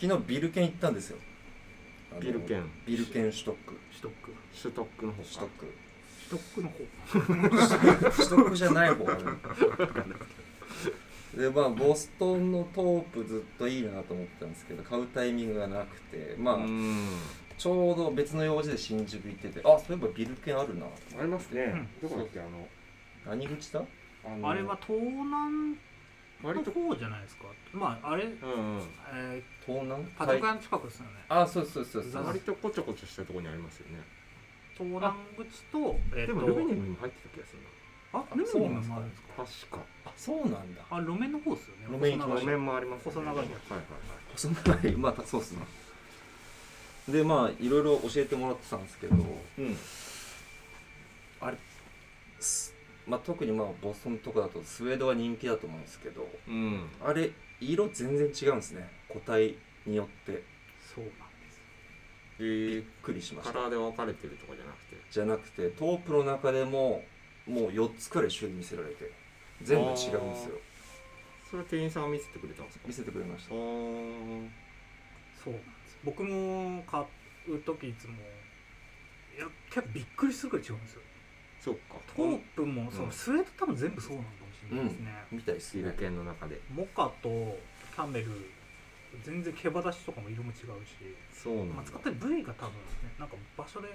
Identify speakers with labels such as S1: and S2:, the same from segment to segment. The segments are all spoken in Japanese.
S1: 昨日ビルケン行ったんですよあの
S2: ビルケン
S1: ビルケンシュトック
S3: 取得
S2: シュトックの方
S1: シュトック
S3: 取得の方
S1: 取得じゃない方がいいでまあボストンのトープずっといいなと思ってたんですけど買うタイミングがなくてまあ、
S2: うん
S1: ちょうど別の用事で新宿行っててあそういえばビルケンあるな
S2: ありますね、どこだっけあの
S1: 何口だ
S2: あの
S3: あれは東南
S2: 割
S3: の
S2: と
S3: 方じゃないですかまああれ、
S2: うんうん
S3: え
S1: 東南
S3: ー、パトカーの近くですよね、
S1: あそうそうそうそ
S3: ザ
S1: う
S2: 割とこちょこちょしたところにありますよね
S3: 東南口とえっ、
S2: で
S3: と
S2: もルミネムにも入ってた気がする
S3: あルミネにもあるんですか
S2: な確か
S1: あそうなんだ
S3: あ路面の方ですよね
S1: 路面行きま
S2: 路
S1: した
S2: 面もあります、
S3: 細長いやつ
S2: はいはいはい
S1: 細長いまたそうっすねでまあいろいろ教えてもらってたんですけど
S2: うん
S1: すまあ、特にまあボストンとかだとスウェードは人気だと思うんですけど
S2: うん
S1: あれ色全然違うんですね個体によって
S3: そうなんです
S2: え
S1: びっ
S2: ー、
S1: くりしまし
S2: カ
S1: た
S2: ラーで分かれてるとかじゃなくて
S1: じゃなくてトープの中でももう4つくらい種類見せられて全部違うんですよ
S2: それは店員さんが見せてくれたんですか
S1: 見せてくれました
S2: あー
S3: そうなんです僕も買う時いつもいや結構びっくりするくらい違うんですよ
S2: そっか
S3: トープも、
S2: ん
S3: そのスウェード多分全部そうなのかもしれないですね、
S1: みたいです
S2: ビル
S1: ね
S2: ケンの中で
S3: モカとキャメル全然毛羽立ちとかも色も違うし、
S2: そうなんだ、
S3: まあ、使ってる部位が多分ねなんか場所で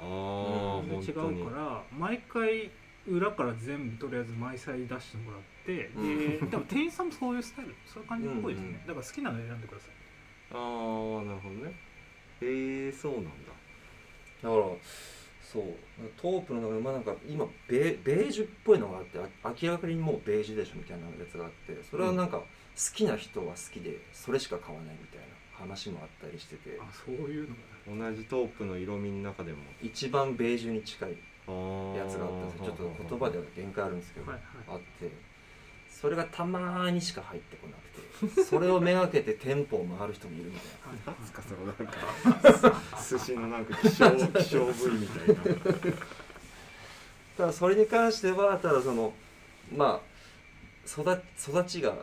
S2: ああ本
S3: 全
S2: 当
S3: 然違
S2: に
S3: うから毎回裏から全部とりあえず毎回出してもらって、
S1: う
S3: ででも店員さんもそういうスタイルそういう感じっぽいですね、
S1: うんうん
S3: だから好きなの選んでください
S2: ああなるほどねええー、そうなんだ
S1: だからそうトープの中で、まあ、なんか今ベベージュっぽいのがあってあ明らかにもうベージュでしょみたいなやつがあってそれはなんか好きな人は好きでそれしか買わないみたいな話もあったりしてて
S3: あそういうのが
S2: 同じトープの色味の中でも
S1: 一番ベージュに近い
S2: あー
S1: やつがあったんですよちょっと言葉では限界あるんですけど、
S3: はい
S1: あ
S3: はい
S1: ってそれがたまーにしか入ってこなくてそれをめがけて店舗を回る人もいるみたいな
S3: はい
S2: なんすかそのなん か寿司のなんか希少希少部位みたいな
S1: ただそれに関してはただそのまあ育育ちが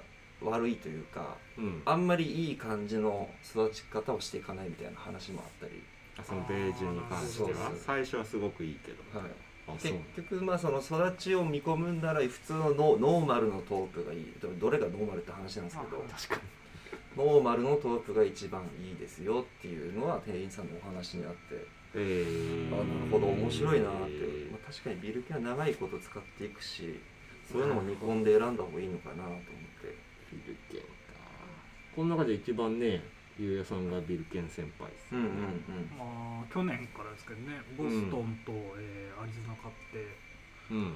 S1: 悪いというか
S2: うん
S1: あんまりいい感じの育ち方をしていかないみたいな話もあったり、
S2: あそのベージュに関して
S1: あーそう
S2: は
S1: そう
S2: 最初はすごくいいけど
S1: はい、
S2: あそう
S1: 結局まあその育ちを見込むんなら普通のノノーマルのトープがいいどどれがノーマルって話なんですけど
S2: 確か
S1: ノーマルのトープが一番いいですよっていうのは店員さんのお話にあって
S2: えー
S1: あなるほど面白いなって、
S2: えー
S1: まあ、確かにビルケンは長いこと使っていくしそういうのも煮込んで選んだ方がいいのかなと思って
S2: ビルケンかこの中で一番ねゆうやさんがビルケン先輩です
S1: う
S2: ね
S1: んうん
S3: まあ去年からですけどねボストンと、えーアリゾナ買って
S2: うん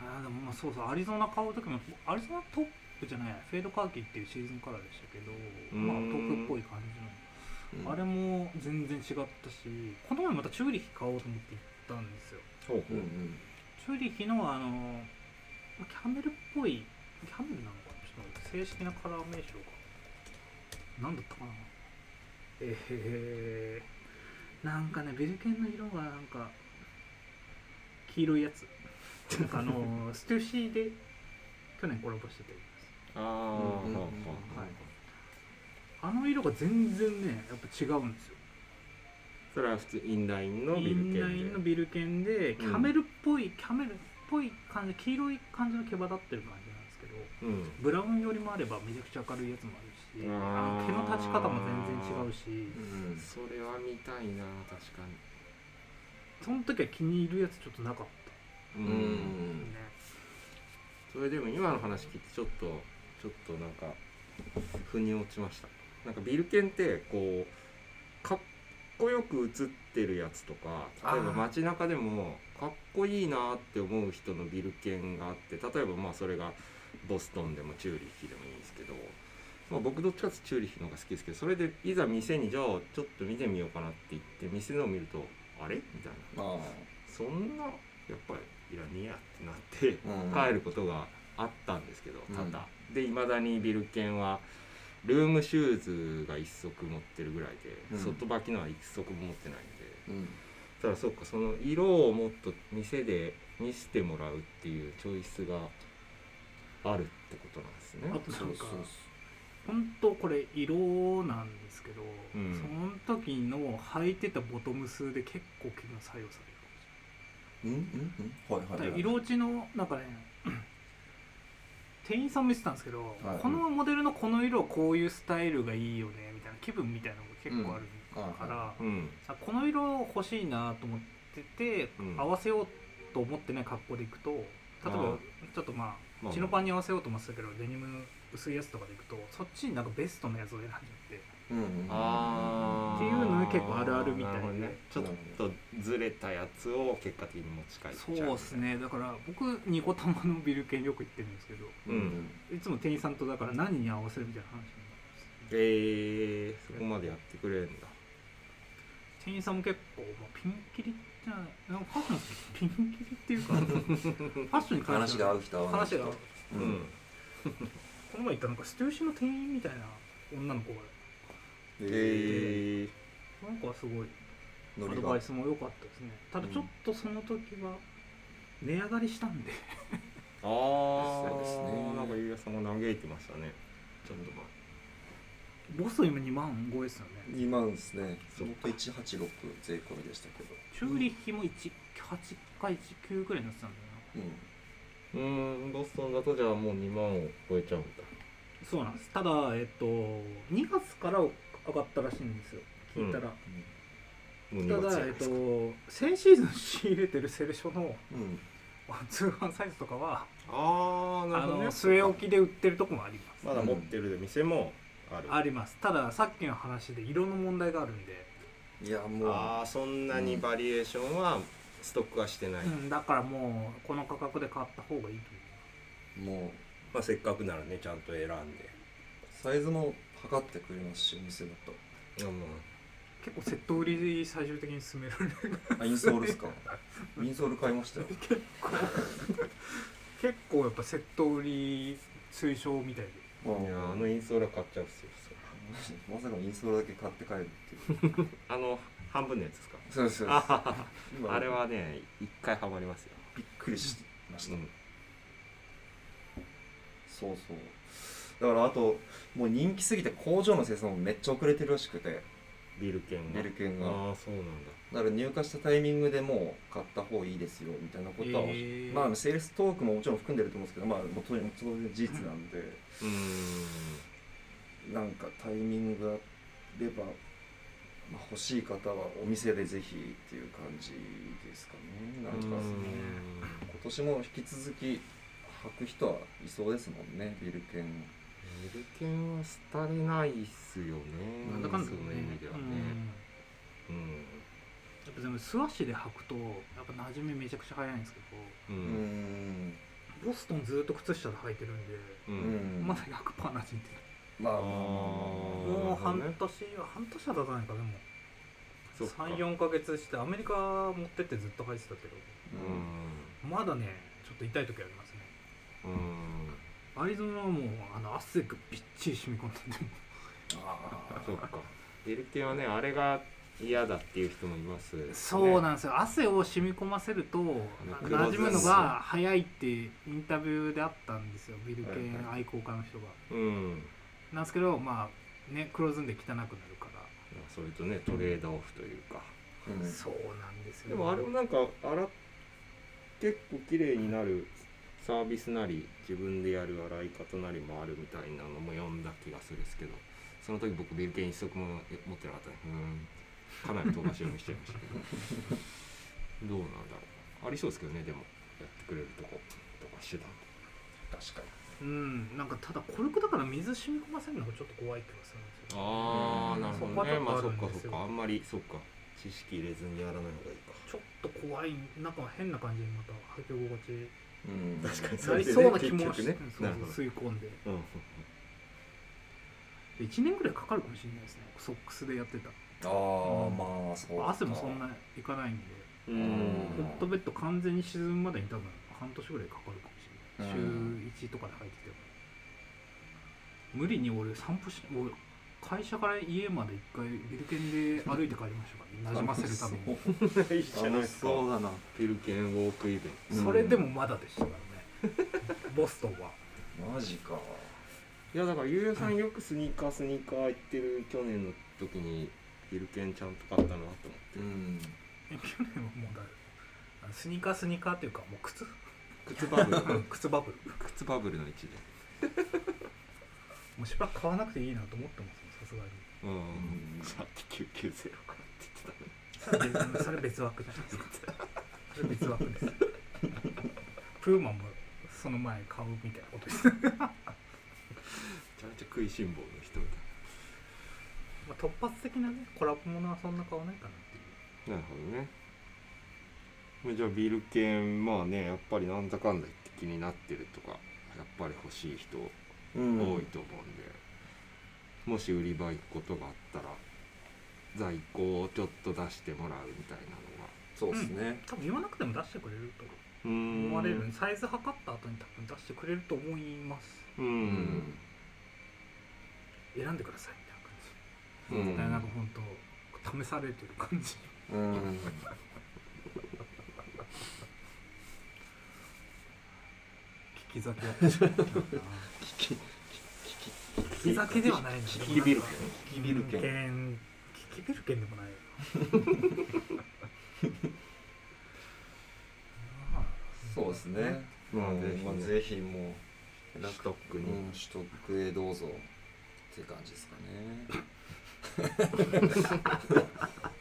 S3: あーでもまあそうそうアリゾナ買う時もアリゾナトップじゃないフェードカーキーっていうシーズンからでしたけど
S2: ん
S3: まあトップっぽい感じ
S1: うん、
S3: の、あれも全然違ったしこの前またチューリヒ買おうと思って行ったんですよ
S2: ほ
S1: う
S2: うほ
S1: ん
S2: う
S1: うん
S3: チューリヒのあのまあキャメルっぽいキャメルなのかなちょっと待って正式なカラー名称か何だったかなえー、なんかねベルケンの色がなんか黄色いやつなんかあ のステューシーで去年コラボしてたやつ
S2: ああ
S1: うんうんうん
S2: はあは
S3: は
S2: あ
S3: いあの色が全然ねやっぱ違うんですよ
S2: それは普通インラインのビル
S3: イ
S2: ケン
S3: ン
S2: で
S3: ラインのビルケンでキャメルっぽい、キャメルっぽい感じ黄色い感じの毛羽立ってる感じなんですけど
S2: うん
S3: ブラウンよりもあればめちゃくちゃ明るいやつもあるし
S2: あー
S3: あの毛の立ち方も全然違うし
S1: うん
S2: それは見たいな確か
S3: その時は気に入るやつちょっとなかった
S2: に
S1: うんうん
S3: ね
S2: それでも今の話聞いてちょっとちょっとなんか腑に落ちましたなんかビルケンってこうかっこよく写ってるやつとか例えば
S1: あー
S2: 街中でもかっこいいなって思う人のビルケンがあって例えばまあそれがボストンでもチューリッヒでもいいんですけど、まあ、僕どっちかっていうとチューリッヒの方が好きですけどそれでいざ店にじゃあちょっと見てみようかなって言って店のを見るとあれみたいな
S1: あ
S2: そんなやっぱりいらねえやってなって。
S1: あ
S2: 帰
S1: る
S2: ることがあったんですけど
S1: うん
S2: ただ、でいまだにビルケンはルームシューズが一足持ってるぐらいで、
S1: うん
S2: 外履きのは一足も持ってないんで
S1: うん
S2: ただそっかその色をもっと店で見せてもらうっていうチョイスがあるってことなんですね
S3: あとなんか本当これ色なんですけど、
S2: うん
S3: その時の履いてたボトムスで結構気分左右される
S1: うんうんうんはい
S3: だ
S1: は
S3: か
S1: い、
S3: ら
S1: はい、
S3: 色落ちのなんかね店員さんも言ってたんですけど、
S1: はい
S3: このモデルのこの色はこういうスタイルがいいよねみたいな気分みたいなのが結構あるから、
S1: うんはい
S2: うん
S3: あこの色欲しいなと思ってて、
S2: うん
S3: 合わせようと思ってない格好でいくと例えば
S2: あー
S3: ちょっとま
S2: まあ
S3: あチノパンに合わせようと思ってたけどデニム薄いやつとかでいくとそっちになんかベストのやつを選んじゃって
S1: うんうん
S2: あー
S3: っていうのね結構あるあるみたい
S2: な
S3: で
S2: るほどねちょっとずれたやつを結果的に持ち帰っちゃうみたいな
S3: そうですねだから僕ニコタマのビル券よく行ってるんですけど
S1: うんうん
S3: いつも店員さんとだから何に合わせるみたいな話になるんですよ
S2: えー、そこまでやってくれるんだ
S3: 店員さんも結構、まあ、ピンキリじゃないなんかファッションピンキリっていう かファッションに関し
S1: 話
S3: て
S1: が
S3: は
S1: 合う人合わない
S3: 話
S1: 人
S3: が合う
S1: うん、
S3: この前行ったなんかステューシの店員みたいな女の子が
S1: え
S2: えー、
S3: なんかすごい
S1: ノ
S3: ア
S1: リ
S3: ド
S1: が
S3: バイスも良かったですねただちょっとその時は値上がりしたんで、
S2: ああ
S1: そうですね
S2: なんかゆうやさんが嘆いてましたねちょっとまあ
S3: ボスト今2万超えですよね
S1: 2万ですね
S2: そっか
S1: 僕186税込みでしたけど
S3: チューリッヒも1 8か19くらいになってたんだよ
S1: うん
S2: うーんボストンだとじゃあもう2万を超えちゃうんだ
S3: なそうなんですただえっと2月から上がったらしいんですよ聞いたら、
S2: もう
S3: た
S2: 2万じゃ
S3: だ
S2: な
S3: え
S2: い
S3: っ
S2: ですか
S3: と先シーズン仕入れてるセレショの
S1: うん
S3: 通販サイズとかは
S2: ああなる
S3: あ
S2: ほど、ね、
S3: の据え置きで売ってるとこもあります
S2: まだ持ってる店もある、
S3: ありますたださっきの話で色の問題があるんで、
S1: いやもう
S2: ああそんなにバリエーションはストックはしてない、
S3: うん、だからもうこの価格で買った方がいいと
S1: もう
S2: まあ、せっかくならねちゃんと選んで、
S1: サイズも測ってくれますしお店だ
S3: 結構セット売り最終的に進められる
S1: とあインソールですかインソール買いましたよ
S3: 結構やっぱセット売り推奨みたいで
S1: あ
S2: いやあのインソールは買っちゃうんですよ
S1: まさかインソールだけ買って帰るっていう
S2: あの半分のやつですか
S1: そうですそうです
S2: あ
S1: 今
S2: あれはね一回ハマりますよ、
S1: びっくりしました、
S2: うん
S1: そうそうだからあともう人気すぎて工場の生産もめっちゃ遅れてるらしくて
S2: ビル券が
S1: ビル券が
S2: ああそうなんだ
S1: だから入荷したタイミングでもう買った方いいですよみたいなことは、
S3: へー
S1: まあセールストークももちろん含んでると思うんですけどまあもう当然当然事実なんで、
S2: うーん
S1: なんかタイミングがあれば、まあ、欲しい方はお店でぜひっていう感じですかねなんか
S2: うーん
S1: 今年も引き続き履く人はいそうですもんねビル券
S2: ビル券は廃れないっすよね
S3: なんだかんだ
S2: そ
S3: ね
S2: の意味ではね
S3: うん
S2: うん、
S3: やっぱでも素足で履くとやっぱ馴染みめちゃくちゃ早いんですけ
S1: う
S2: う
S1: んん
S3: どボストンずっと靴下で履いてるんで、
S1: う
S2: う
S1: んん
S3: まだ100%馴染んで
S1: まあ
S2: あー
S3: ない、
S2: な
S3: も
S2: る
S3: う
S2: ほど
S3: 半
S2: ね
S3: 年半年は経たないかでも
S2: そっか
S3: 34か月してアメリカ持ってってずっと履いてたけどまだねちょっと痛い時ありますね
S2: うんうん
S3: アリゾナはもうあの汗がびっちり染み込んでて
S1: あ
S2: そっかビル券はねあれが嫌だっていう人もいます、ね、
S3: そうなんですよ汗を染み込ませると
S2: 黒ず
S3: 馴染むのが早いってインタビューであったんですよビル系愛好家の人が
S2: うん
S3: なんですけどまあね黒ずんで汚くなるから、
S2: まあそれとねトレードオフというか、
S1: ーうん
S3: そうなんですよ
S2: でもあれもなんか洗っ結構綺麗になるサービスなり自分でやる洗い方なりもあるみたいなのも読んだ気がするんですけどその時僕ビルケン一足もえ持ってなかったねうんかなり飛ばし読みしちゃいましたけどどうなんだろうありそうですけどねでもやってくれるとことか手段
S1: 確かに
S3: うんなんかただコルクだから水染み込ませるのがちょっと怖い気がするんですよ
S2: ああなるほどね
S3: そこ
S2: まあ
S3: はち
S2: そ
S3: ょ
S2: っ
S3: っと
S2: かそっ
S3: あるんですよ
S2: かあんまりそっか知識入れずにやらない方がいいか
S3: ちょっと怖いなんか変な感じにまた履き心地
S1: うん
S2: 確かに
S3: な
S2: れ
S3: り
S2: でね
S3: そうな気もし
S2: 結
S3: て、
S2: 局ね
S3: そう
S2: なるほど
S3: 吸い込んで
S2: うん
S3: 1年ぐらいかかるかもしれないですねソックスでやってた
S1: ああまあそうか
S3: 汗もそんないかないんで
S2: う
S3: ホ
S2: ん
S3: ットベッド完全に沈むまでに多分半年ぐらいかかるかもしれないう週1とかで入ってても無理に俺散歩し俺会社から家まで一回ビル券で歩いて帰りましたからね馴染ませるために
S2: いいじゃない
S1: 楽
S2: で
S1: し
S2: すか
S1: そうだな
S2: ピルケンウォークイベン
S1: そう
S3: それでもまだでしたからねボストンは
S1: マジか
S2: いやだからゆうやさんよくスニーカースニーカー行ってる去年の時にビルケンちゃんと買ったなと思って、
S1: うん
S3: え去年はもうだあのスニーカースニーカーっていうかもう靴
S2: 靴バブル
S3: 靴バブル
S2: 靴バブルの位置で
S3: もうしばらく買わなくていいなと思ってますもん
S2: うん、
S1: うん
S2: さっき990かって言って
S3: さすがにそれ 別それ別枠じゃないですかそれ別枠ですプーマもその前買うみたいなことです、ま
S2: ためちゃめちゃ食いしん坊の人みたい
S3: あ、突発的なねコラボものはそんな買わないかなっていう
S2: ななるほどねまあじゃあビルケンまあねやっぱりなんだかんだ言って気になってるとかやっぱり欲しい人
S1: うん
S2: 多いと思うんで、もし売り場行くことがあったら在庫をちょっと出してもらうみたいなのが
S1: そうですね、
S3: 多分言わなくても出してくれると
S2: うーん
S3: 思われるサイズ測った後に多分出してくれると思います
S2: う
S1: うん
S3: 選んでくださいみたいな感
S2: う
S3: じだからなんか
S2: ん
S3: 本当試されてる感じ
S1: うん、
S3: 聞き酒やってしまったな
S1: 聞き聞
S3: 聞き酒ではないの
S2: 聞きビルケ
S1: きビルケン
S3: ン聞きビルケンでもないよまあ
S1: そうですね、
S2: うん
S1: なので、
S2: うん
S1: まあ、ぜひもう
S2: ンストックに、
S1: うん、取得へどうぞっていう感じですかね。